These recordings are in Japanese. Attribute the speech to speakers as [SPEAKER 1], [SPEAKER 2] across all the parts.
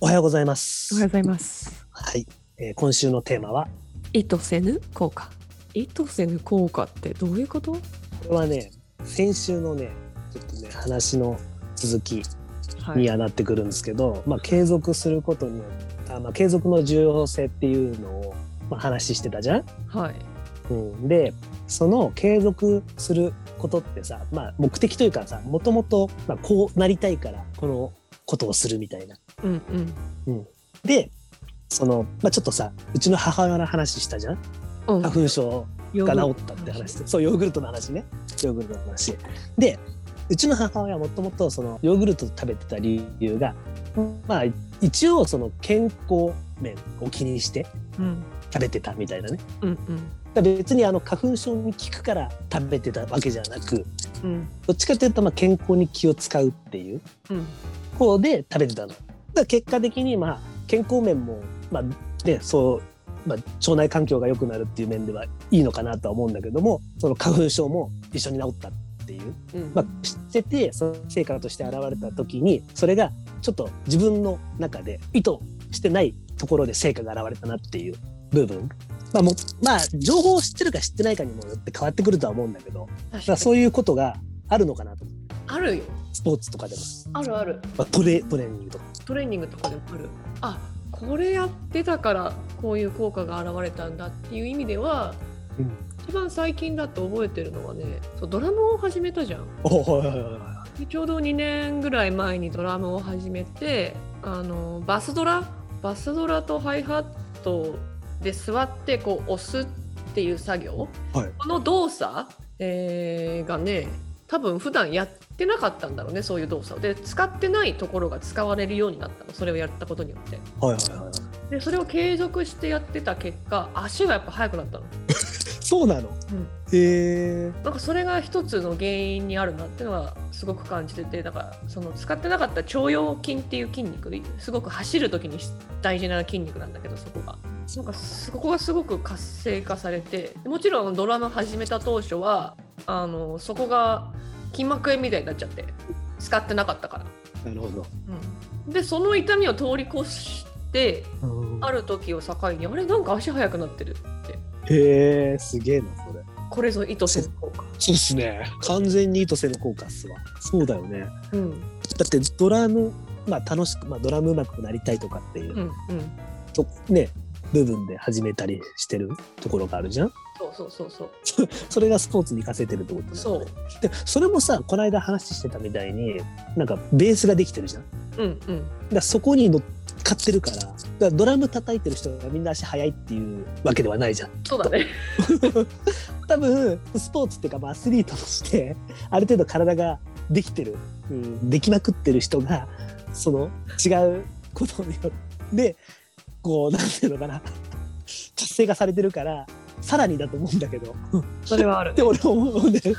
[SPEAKER 1] おはようございま
[SPEAKER 2] おはよ
[SPEAKER 1] す
[SPEAKER 2] う。ございます。
[SPEAKER 1] はい、えー今週のテーマは
[SPEAKER 2] 意図せぬ効果。意図せぬ効果ってどういうこと？
[SPEAKER 1] これはね、先週のね、ちょっとね話の続き
[SPEAKER 2] は
[SPEAKER 1] にはなってくるんですけど、まあ継続することによった、まあ継続の重要性っていうのをまあ話してたじゃん。
[SPEAKER 2] はい。
[SPEAKER 1] うん、で、その継続することってさ、まあ目的というかさ、もともとまあこうなりたいからこのことをするみたいな。
[SPEAKER 2] うんうん。
[SPEAKER 1] で、そのまあちょっとさ、うちの母親の話したじゃん。
[SPEAKER 2] うん
[SPEAKER 1] 花粉症
[SPEAKER 2] ヨ
[SPEAKER 1] が
[SPEAKER 2] ーグルト
[SPEAKER 1] 治ったって話でそうヨーグルトの話ねヨーグルトの話でうちの母親はもともとそのヨーグルト食べてた理由がまあ一応その健康面を気にして
[SPEAKER 2] うん
[SPEAKER 1] 食べてたみたいなね
[SPEAKER 2] うん
[SPEAKER 1] だから別にあの花粉症に効くから食べてたわけじゃなく
[SPEAKER 2] うんうん
[SPEAKER 1] どっちかというとまあ健康に気を使うっていう
[SPEAKER 2] うん
[SPEAKER 1] 方で食べてたの。だから結果的にまあ健康面もまあねそう、まあ、腸内環境が良くなるっていう面ではいいのかなとは思うんだけどもその花粉症も一緒に治ったっていう、
[SPEAKER 2] うん。
[SPEAKER 1] まあ、知っててその成果として現れた時にそれがちょっと自分の中で意図してないところで成果が現れたなっていう部分。まあ、もまあ情報を知ってるか知ってないかにもよって変わってくるとは思うんだけどだからそういうことがあるのかなと思う
[SPEAKER 2] あるよ。
[SPEAKER 1] スポーツとかでも、
[SPEAKER 2] あるある。
[SPEAKER 1] まあ、トレトレーニングとか。
[SPEAKER 2] トレーニングとかでもある。あ、これやってたからこういう効果が現れたんだっていう意味では、
[SPEAKER 1] うん
[SPEAKER 2] 一番最近だと覚えてるのはね、そうドラムを始めたじゃん。
[SPEAKER 1] おはいはいはいは
[SPEAKER 2] でちょうど2年ぐらい前にドラムを始めてあのバスドラバスドラとハイハットで座ってこう押すっていう作業、
[SPEAKER 1] はい
[SPEAKER 2] この動作、えーがね多分普段やってなかったんだろうねそういう動作をで使ってないところが使われるようになったのそれをやったことによって
[SPEAKER 1] いはいはいはい
[SPEAKER 2] でそれを継続してやってた結果足がやっぱ速くなったの
[SPEAKER 1] そうなの、
[SPEAKER 2] ん
[SPEAKER 1] へえ
[SPEAKER 2] なんかそれが一つの原因にあるなっていうのはすごく感じててだからその使ってなかった腸腰筋っていう筋肉すごく走る時に大事な筋肉なんだけどそこがなんかそこがすごく活性化されてもちろんドラマ始めた当初はあのそこが筋膜炎みたいになっちゃって使ってなかったから、
[SPEAKER 1] なるほど
[SPEAKER 2] うん、でその痛みを通り越してあ
[SPEAKER 1] る
[SPEAKER 2] る時を境にあれなんか足速くなってるって
[SPEAKER 1] へえすげえなそれ
[SPEAKER 2] これぞ意図せず効果、
[SPEAKER 1] そうっすね完全に意図せぬ効果っすわそうだよねだ
[SPEAKER 2] うん
[SPEAKER 1] ってドラムまあ楽しく、まあ、ドラムうまくなりたいとかっていう、
[SPEAKER 2] うんうん、
[SPEAKER 1] とね部分で始めたりしてるところがあるじゃん
[SPEAKER 2] そうそうそうそう
[SPEAKER 1] それがスポーツに活かせてるってことだよね
[SPEAKER 2] そう。
[SPEAKER 1] でそれもさこの間話してたみたいになんかベースができてるじゃん
[SPEAKER 2] うんうん。
[SPEAKER 1] だからそこに乗っかってるからだからドラム叩いてる人がみんな足速いっていうわけではないじゃん
[SPEAKER 2] そうだね。
[SPEAKER 1] 多分スポーツっていうか、まあ、アスリートとしてある程度体ができてる、うん、できまくってる人がその違うことによってこうなんていうのかな活性化されてるからさらにだと思うんだけど
[SPEAKER 2] それはある
[SPEAKER 1] っ。て俺は思うんだよ、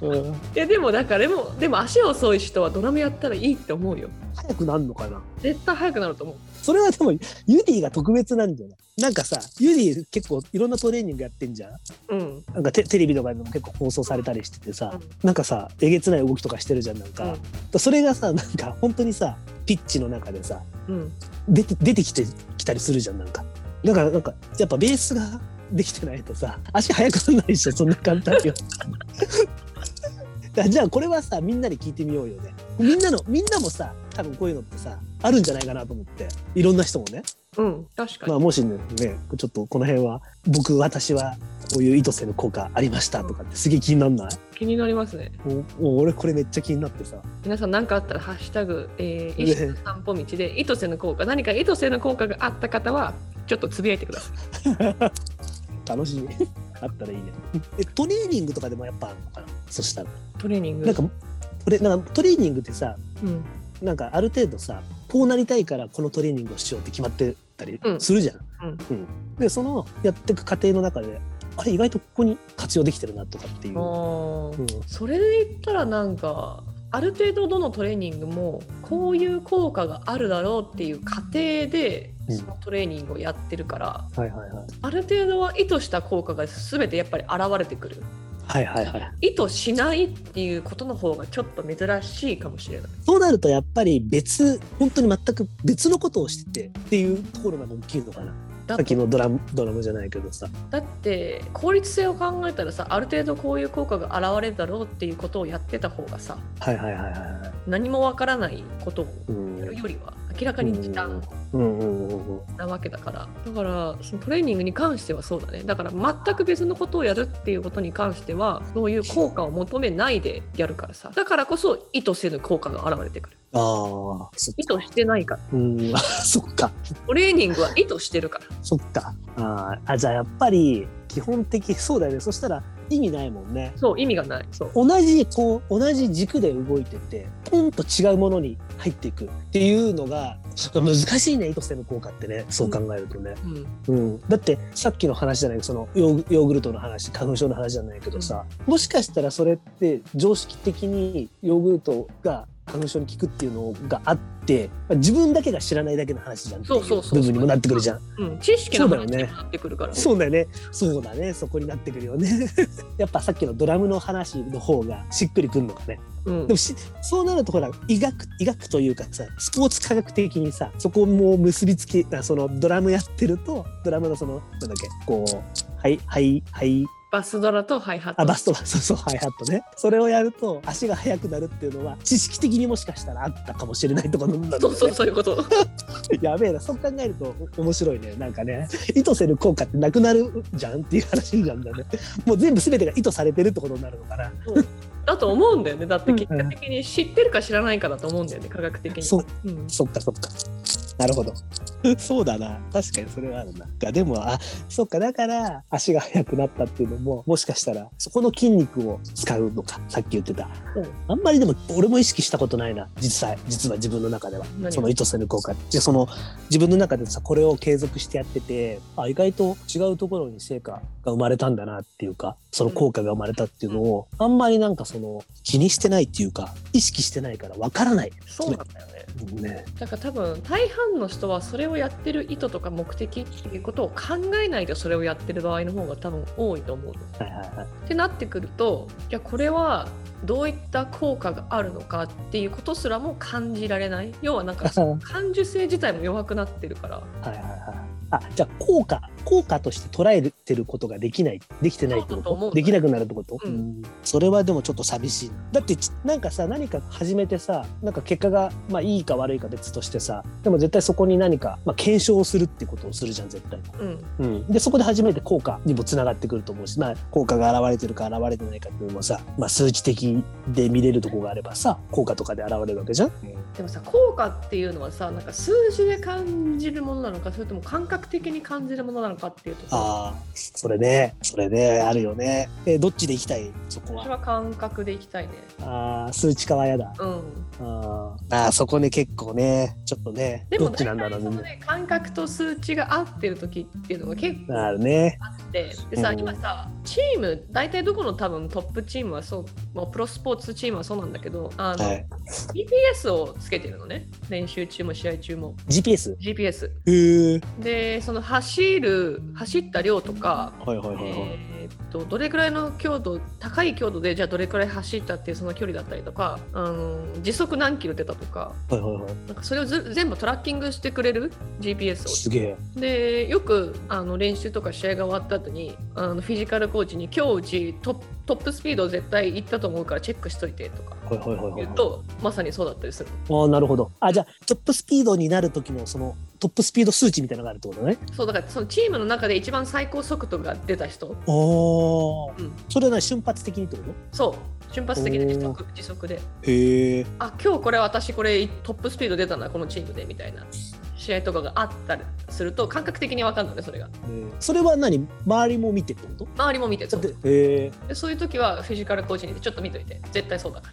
[SPEAKER 1] うん、
[SPEAKER 2] いやでもなんかでもでも足遅い人はドラムやったらいいって思うよ。
[SPEAKER 1] 早くなんのかな
[SPEAKER 2] 絶対速くなると思う。
[SPEAKER 1] それはでもユディが特別なんじゃないなんかさユディ結構いろんなトレーニングやってんじゃん
[SPEAKER 2] うん。
[SPEAKER 1] なんかテテレビとかでも結構放送されたりしててさ、なんかさえげつない動きとかしてるじゃんなんか、それがさなんか本当にさピッチの中でさ
[SPEAKER 2] うん。
[SPEAKER 1] 出て出てきてきたりするじゃんなんかだからなんかやっぱベースが できてないとさ足速くならないで しょそんな簡単よだじゃあこれはさみんなに聞いてみようよねみんなのみんなもさ多分こういうのってさあるんじゃないかなと思っていろんな人もね、
[SPEAKER 2] うん。確か
[SPEAKER 1] ま
[SPEAKER 2] に。
[SPEAKER 1] あ、もしねねちょっとこの辺は僕私はこういう意図せぬ効果ありましたとかってすげえ気になんない
[SPEAKER 2] 気になりますね。
[SPEAKER 1] もうもう俺これめっちゃ気になってさ
[SPEAKER 2] 皆さん何かあったらハッシュタグえー、
[SPEAKER 1] ね
[SPEAKER 2] 意識の散歩道で意図せぬ効果何か意図せぬ効果があった方はちょっとつぶやいてください。
[SPEAKER 1] 楽しい あったらいいねえトレーニングとかでもやっぱあるのかなそしたら
[SPEAKER 2] トレーニング。
[SPEAKER 1] なんかトレなんかトレーニングってさ
[SPEAKER 2] うん。
[SPEAKER 1] なんかある程度さこうなりたいからこのトレーニングをしようって決まってたり
[SPEAKER 2] うん
[SPEAKER 1] するじゃん、
[SPEAKER 2] うん
[SPEAKER 1] うんでそのやっていく過程の中であれ意外とここに活用できてるなとかっていう、うん
[SPEAKER 2] ああ。それで言ったらなんかある程度どのトレーニングもこういう効果があるだろうっていう過程で
[SPEAKER 1] うん
[SPEAKER 2] そのトレーニングをやってるから、
[SPEAKER 1] はいはいはい
[SPEAKER 2] ある程度は意図した効果が全てやっぱり現れてくる
[SPEAKER 1] はいはいはい。
[SPEAKER 2] 意図しないっていうことの方がちょっと珍しいかもしれない
[SPEAKER 1] そうなるとやっぱり別本当に全く別のことをしててっていうところが大きいのかな。
[SPEAKER 2] だ
[SPEAKER 1] さっきのドラムドラムじゃないけどさ。
[SPEAKER 2] だって効率性を考えたらさある程度こういう効果が現れるだろうっていうことをやってた方がさ
[SPEAKER 1] はいはいはいはいはい。
[SPEAKER 2] 何もわからないことを
[SPEAKER 1] うん
[SPEAKER 2] やるよりは明らかに時短
[SPEAKER 1] うんうんうんうん。
[SPEAKER 2] なわけだからだからそのトレーニングに関してはそうだねだから全く別のことをやるっていうことに関してはそういう効果を求めないでやるからさだからこそ意図せぬ効果が現れてくる
[SPEAKER 1] ああ、そっ
[SPEAKER 2] 意図してないから
[SPEAKER 1] うん、 そっか、
[SPEAKER 2] トレーニングは意図してるから
[SPEAKER 1] そっか。あーあ、じゃあやっぱり基本的そうだよね。そしたら意味ないもんね。
[SPEAKER 2] そう意味がないそう
[SPEAKER 1] 同じこう同じ軸で動いててポンと違うものに入っていくっていうのがそっか難しいね意図せぬ効果ってねそう考えるとね、
[SPEAKER 2] うん
[SPEAKER 1] うん、だってさっきの話じゃないそのヨーグヨーグルトの話花粉症の話じゃないけどさ、もしかしたらそれって常識的にヨーグルトが花粉症に効くっていうのがあってまあ自分だけが知らないだけの話じゃんってい
[SPEAKER 2] そうそう
[SPEAKER 1] う
[SPEAKER 2] そう
[SPEAKER 1] 部分にもなってくるじゃん。
[SPEAKER 2] うん、知識の
[SPEAKER 1] そ
[SPEAKER 2] 話
[SPEAKER 1] うだ
[SPEAKER 2] に
[SPEAKER 1] よね
[SPEAKER 2] なってくるから
[SPEAKER 1] そうだよね。そうだね。そこになってくるよね。 やっぱさっきのドラムの話の方がしっくりくるのかね。
[SPEAKER 2] うん
[SPEAKER 1] でもしそうなるとほら医学医学というかさスポーツ科学的にさそこも結びつきあそのドラムやってるとドラムのそのなんだっけこうはいはいはい
[SPEAKER 2] バスドラとハイハット
[SPEAKER 1] あバストはそうそうハイハットねそれをやると足が速くなるっていうのは知識的にもしかしたらあったかもしれないとかなんだ
[SPEAKER 2] そ
[SPEAKER 1] ろ
[SPEAKER 2] う
[SPEAKER 1] う
[SPEAKER 2] そう
[SPEAKER 1] ね
[SPEAKER 2] そういうこと
[SPEAKER 1] やべえなそう考えるとお面白いねなんかね意図せる効果ってなくなるじゃんっていう話になるんだねもう全部全てが意図されてるってことになるのかな
[SPEAKER 2] だと思うんだよねだって
[SPEAKER 1] うん
[SPEAKER 2] 結果的に知ってるか知らないかだと思うんだよね科学的に
[SPEAKER 1] そう
[SPEAKER 2] うん、
[SPEAKER 1] そっかそっか。なるほど。 そうだな。確かにそれはあるな。がでも、あ、そっか。だから、足が速くなったっていうのも、もしかしたら、そこの筋肉を使うのか。さっき言ってた。
[SPEAKER 2] うん
[SPEAKER 1] あんまりでも、俺も意識したことないな。実際、実は自分の中では。
[SPEAKER 2] 何
[SPEAKER 1] その意図する効果。じゃあその、自分の中でさ、これを継続してやってて、あ、意外と違うところに成果が生まれたんだなっていうか、その効果が生まれたっていうのを、あんまりなんかその、気にしてないっていうか、意識してないからわからない。
[SPEAKER 2] そうなんだよね
[SPEAKER 1] ね。
[SPEAKER 2] だから多分大半の人はそれをやってる意図とか目的っていうことを考えないでそれをやってる場合の方が多分多いと思う
[SPEAKER 1] は
[SPEAKER 2] の。
[SPEAKER 1] いはいはい。
[SPEAKER 2] ってなってくるといやこれはどういった効果があるのかっていうことすらも感じられない要はなんか感受性自体も弱くなってるから
[SPEAKER 1] はいはいはい。あ、じゃあ効果、効果として捉えてることができない、できてないって
[SPEAKER 2] そうだ
[SPEAKER 1] こと
[SPEAKER 2] 思う
[SPEAKER 1] と、できなくなるってこと、
[SPEAKER 2] うん
[SPEAKER 1] それはでもちょっと寂しい。だってち、なんかさ、何か始めてさ、なんか結果が、まあいいか悪いか別としてさ、でも絶対そこに何か、まあ検証をするってことをするじゃん、絶対。
[SPEAKER 2] うん
[SPEAKER 1] うん。で、そこで初めて効果にもつながってくると思うし、まあ効果が現れてるか現れてないかっていうのもさ、まあ数値的で見れるとこがあればさ、効果とかで現れるわけじゃん。
[SPEAKER 2] でもさ効果っていうのはさなんか数字で感じるものなのかそれとも感覚的に感じるものなのかっていうとこ
[SPEAKER 1] ああ、それね、それね、あるよね。え、どっちで行きたいそこは
[SPEAKER 2] 私。は感覚でいきたいね
[SPEAKER 1] あー数値化は嫌だ。
[SPEAKER 2] うん
[SPEAKER 1] あーあー、そこね、結構ね、ちょっとね、
[SPEAKER 2] で
[SPEAKER 1] ど
[SPEAKER 2] も
[SPEAKER 1] っちなんだろう
[SPEAKER 2] 大体その
[SPEAKER 1] ね。
[SPEAKER 2] ね感覚と数値が合ってる時っていうのが結構
[SPEAKER 1] あるね。
[SPEAKER 2] ででさ、
[SPEAKER 1] うん
[SPEAKER 2] 今さチーム大体どこの多分トップチームはそう、まあ、プロスポーツチームはそうなんだけどあの、
[SPEAKER 1] はい
[SPEAKER 2] GPS をつけてるのね練習中も試合中も
[SPEAKER 1] GPS。
[SPEAKER 2] GPS
[SPEAKER 1] へえ。
[SPEAKER 2] でその走る走った量とか、
[SPEAKER 1] はいはいはいはい。
[SPEAKER 2] えーっとどれくらいの強度高い強度でじゃあどれくらい走ったっていうその距離だったりとかあの時速何キロ出たとか
[SPEAKER 1] はいはいはい。
[SPEAKER 2] なんかそれをず全部トラッキングしてくれる GPS を
[SPEAKER 1] すげえ。
[SPEAKER 2] でよくあの練習とか試合が終わった後にあのフィジカルコーチに今日うちトップトップスピード絶対行ったと思うからチェックしといてとか
[SPEAKER 1] はいはいはいはい
[SPEAKER 2] 言う。とまさにそうだったりする
[SPEAKER 1] ああ、なるほど。あ、じゃあ、トップスピードになる時の、その、トップスピード数値みたいなのがあるってことね。
[SPEAKER 2] そうだからそのチームの中で一番最高速度が出た人、
[SPEAKER 1] ああ。
[SPEAKER 2] うん、
[SPEAKER 1] それは何瞬発的にってこと
[SPEAKER 2] そう瞬発的な時速時速で
[SPEAKER 1] へえ。
[SPEAKER 2] あ今日これ私これトップスピード出たなこのチームでみたいな試合とかがあったりすると感覚的に分かるのねそれが
[SPEAKER 1] それは何周りも見てってこと
[SPEAKER 2] 周りも見てそう
[SPEAKER 1] へえ。
[SPEAKER 2] でそういう時はフィジカルコーチにちょっと見といて絶対そうだか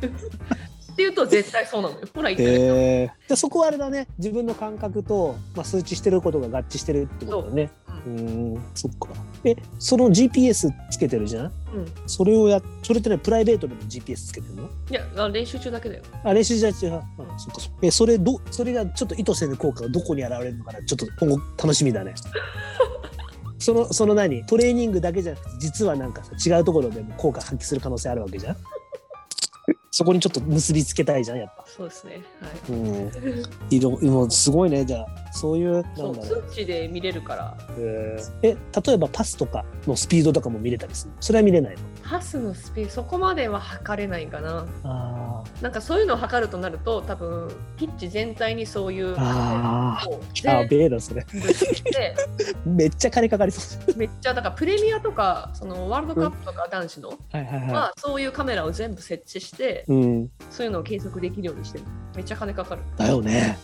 [SPEAKER 2] らっていうと絶対そうなのよほら言ったでしょ
[SPEAKER 1] へ え。じゃあそこはあれだね。自分の感覚と、まあ、数値してることが合致してるってことだね。う
[SPEAKER 2] う
[SPEAKER 1] ーん、そっか。え、その GPS つけてるじゃん
[SPEAKER 2] うん、い
[SPEAKER 1] それをや、それってね、プライベートでも GPS つけてるの
[SPEAKER 2] やあ練習中だけだよ
[SPEAKER 1] あ、練習じゃ違う。あそっかそっか。え、それど、 それがちょっと意図せぬ効果がどこに現れるのかなちょっと今後楽しみだね。そのその何トレーニングだけじゃなくて実はなんかさ違うところでも効果発揮する可能性あるわけじ ゃんそこにちょっと結びつけたいじゃんやっぱ
[SPEAKER 2] そうですね。はい。
[SPEAKER 1] うん いろもうすごいねじゃあそういうなんだ
[SPEAKER 2] そ
[SPEAKER 1] ろ
[SPEAKER 2] う
[SPEAKER 1] う
[SPEAKER 2] 通知で見れるから
[SPEAKER 1] えーえ例えばパスとかのスピードとかも見れたりするそれは見れないの
[SPEAKER 2] パスのスピードそこまでは測れないかな
[SPEAKER 1] あ
[SPEAKER 2] なんかそういうのを測るとなると多分ピッチ全体にそういう
[SPEAKER 1] あ
[SPEAKER 2] こう
[SPEAKER 1] ーや
[SPEAKER 2] 全
[SPEAKER 1] べえなそれ
[SPEAKER 2] 部で
[SPEAKER 1] めっちゃ金かかりそう
[SPEAKER 2] めっちゃだからプレミアとかそのワールドカップとか男子の
[SPEAKER 1] はいはいはい、
[SPEAKER 2] はそういうカメラを全部設置して
[SPEAKER 1] うん
[SPEAKER 2] そういうのを計測できるようにしてるめっちゃ金かかる
[SPEAKER 1] だよ ね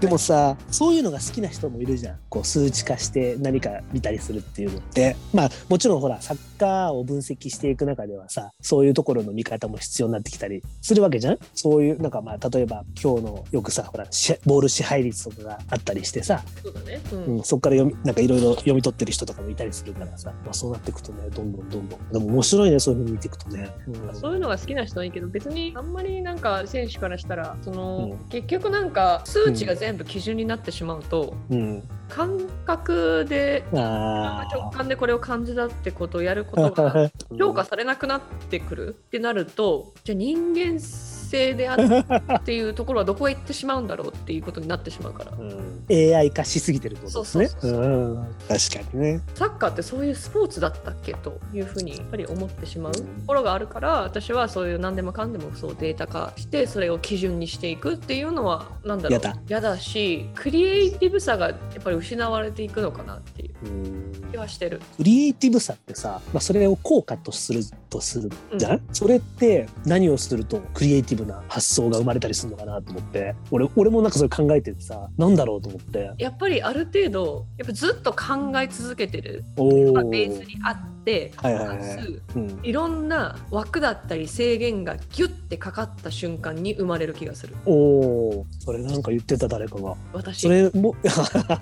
[SPEAKER 1] でもさそういうのが好きな人もいるじゃんこう数値化して何か見たりするっていうのってまあもちろんほらサッカーを分析していく中ではさそういうところの見方も必要になってきたりするわけじゃんそういうなんかまあ例えば今日のよくさほらしボール支配率とかがあったりしてさ
[SPEAKER 2] そうだねうん、
[SPEAKER 1] うん、そこから読みなんかいろいろ読み取ってる人とかもいたりするからさ、まあ、そうなっていくとねどんどんどんどんでも面白いねそういうふうに見ていくとね、うん
[SPEAKER 2] そういうのが好きな人はいいけど別にあんまりなんか選手からしたらその、
[SPEAKER 1] うん
[SPEAKER 2] 結局なんか数値が全部基準になってしまうと、
[SPEAKER 1] うん、
[SPEAKER 2] 感覚で
[SPEAKER 1] あ
[SPEAKER 2] 直感でこれを感じたってことをやること が評価されなくなってくるってなるとじゃあ人間性であるっていうところはどこへ行ってしまうんだろうっていうことになってしまうから
[SPEAKER 1] うん、AI 化しすぎてるってことですね
[SPEAKER 2] そうそうそう
[SPEAKER 1] うん確かにね
[SPEAKER 2] サッカーってそういうスポーツだったっけというふうにやっぱり思ってしまうところがあるから私はそういう何でもかんでもそうデータ化してそれを基準にしていくっていうのはなんだろう
[SPEAKER 1] やだ
[SPEAKER 2] やだしクリエイティブさがやっぱり失われていくのかなってい
[SPEAKER 1] う
[SPEAKER 2] う
[SPEAKER 1] ん
[SPEAKER 2] 気はしてる。
[SPEAKER 1] クリエイティブさってさ、まあ、それを効果とするとする
[SPEAKER 2] うん
[SPEAKER 1] じゃん、それって何をするとクリエイティブな発想が生まれたりするのかなと思って俺俺もなんかそれ考えててさなんだろうと思って
[SPEAKER 2] やっぱりある程度やっぱずっと考え続けてる
[SPEAKER 1] おー
[SPEAKER 2] がベースにあって、
[SPEAKER 1] はいはいはい
[SPEAKER 2] かつ
[SPEAKER 1] うん
[SPEAKER 2] いろんな枠だったり制限がギュッてかかった瞬間に生まれる気がする
[SPEAKER 1] おおそれなんか言ってた誰かがそ
[SPEAKER 2] 私
[SPEAKER 1] れも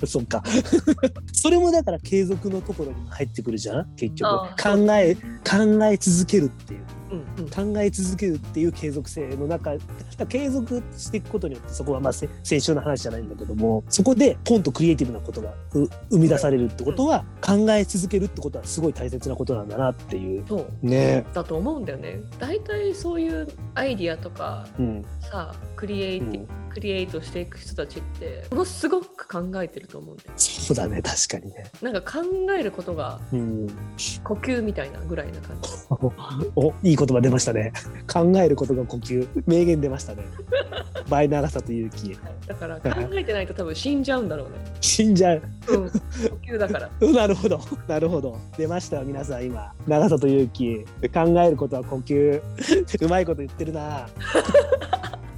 [SPEAKER 1] そっかそれもだから継続のところに入ってくるじゃん結局
[SPEAKER 2] ああ
[SPEAKER 1] 考え考え続けるっていう
[SPEAKER 2] うんうん
[SPEAKER 1] 考え続けるっていう継続性の中だから継続していくことによってそこはまあせ先週の話じゃないんだけどもそこでポンとクリエイティブなことがう生み出されるってことは考え続けるってことはすごい大切なことなんだなっていう
[SPEAKER 2] そう
[SPEAKER 1] ね
[SPEAKER 2] だと思うんだよね大体そういうアイディアとか
[SPEAKER 1] うん
[SPEAKER 2] さクリエイティブ、クリエイトしていく人たちってものすごく考えてると思うんだよ
[SPEAKER 1] そうだね確かにね
[SPEAKER 2] なんか考えることが
[SPEAKER 1] うん
[SPEAKER 2] 呼吸みたいなぐらいな感じ
[SPEAKER 1] おいい言葉出ましたね考えることが呼吸名言出ましたね倍長さと勇気
[SPEAKER 2] だから考えてないと多分死んじゃうんだろうね、
[SPEAKER 1] 死んじゃう
[SPEAKER 2] うん、呼吸だから
[SPEAKER 1] うんなるほど なるほど出ましたよ皆さん今長さと勇気考えることは呼吸うまいこと言ってるな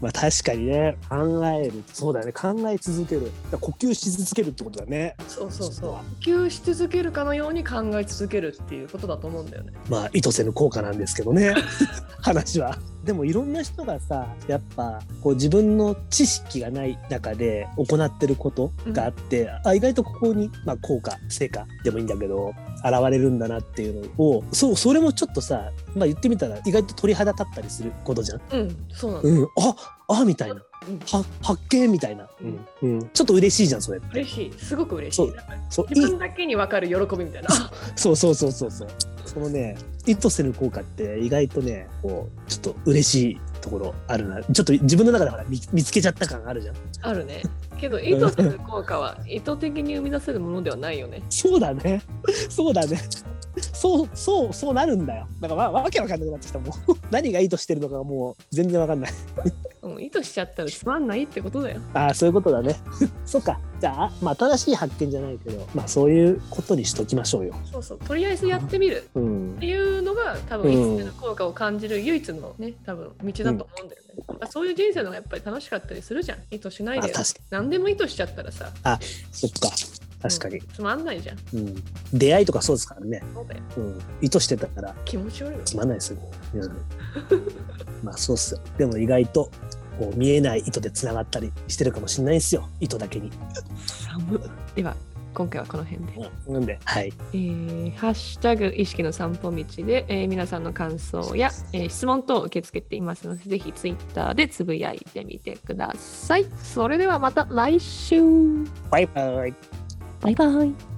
[SPEAKER 1] まあ確かにね考えるそうだよね考え続けるだから呼吸し続けるってことだね
[SPEAKER 2] そうそうそう呼吸し続けるかのように考え続けるっていうことだと思うんだよね
[SPEAKER 1] まあ意図せぬ効果なんですけど ね話は。でもいろんな人がさやっぱこう自分の知識がない中で行ってることがあって、あ意外とここに、まあ、効果成果でもいいんだけど現れるんだなっていうのをそうそれもちょっとさ、まあ、言ってみたら意外と鳥肌立ったりすることじゃん。
[SPEAKER 2] うんそうなんだ、
[SPEAKER 1] うん、ああみたいな
[SPEAKER 2] うん
[SPEAKER 1] は発見みたいな、うんうん、ちょっと嬉しいじゃんそれって。
[SPEAKER 2] 嬉しいすごく嬉し
[SPEAKER 1] そ
[SPEAKER 2] いう
[SPEAKER 1] そういい
[SPEAKER 2] 自分だけに分かる喜びみたいなあ
[SPEAKER 1] そうそうそうそうそう。そのね、意図せぬ効果って意外とね、こう、ちょっと嬉しいところあるな。ちょっと自分の中でほら見見つけちゃった感あるじゃん。
[SPEAKER 2] あるねけど意図する効果は意図的に生み出せるものではないよね
[SPEAKER 1] そうだね。 そうだね。そうそうそうなるんだよ。だからわわけわかん なくなってきたもう何が意図してるのかがもう全然わかんない。
[SPEAKER 2] うん意図しちゃったらつまんないってことだよ
[SPEAKER 1] ああそういうことだね。 そっか。じゃあまあ正しい発見じゃないけど、まあそういうことにしときましょうよ。
[SPEAKER 2] そうそうとりあえずやってみる
[SPEAKER 1] うん
[SPEAKER 2] っ。ていうのが多分
[SPEAKER 1] うん
[SPEAKER 2] いつの効果を感じる唯一のね多分道だと思うんだよね、だからそういう人生の方がやっぱり楽しかったりするじゃん意図しな
[SPEAKER 1] あ
[SPEAKER 2] いで
[SPEAKER 1] 確かに
[SPEAKER 2] 何でも意図しちゃったらさ
[SPEAKER 1] そっか。確かに、
[SPEAKER 2] つまんないじゃん
[SPEAKER 1] うん。出会いとかそうですからね。
[SPEAKER 2] そうだよ
[SPEAKER 1] うん。意図してたから
[SPEAKER 2] 気持ち悪いよ
[SPEAKER 1] つまんないですよ、うん、まあそうっすよでも意外とこう見えない糸でつながったりしてるかもしれないんですよ糸だけに、
[SPEAKER 2] 寒では今回はこの辺で、
[SPEAKER 1] うん、なんではい
[SPEAKER 2] えーハッシュタグ意識の散歩道で、えー皆さんの感想や、えー質問等を受け付けていますのでぜひツイッターでつぶやいてみてくださいそれではまた来週
[SPEAKER 1] バイバイ
[SPEAKER 2] バイバイ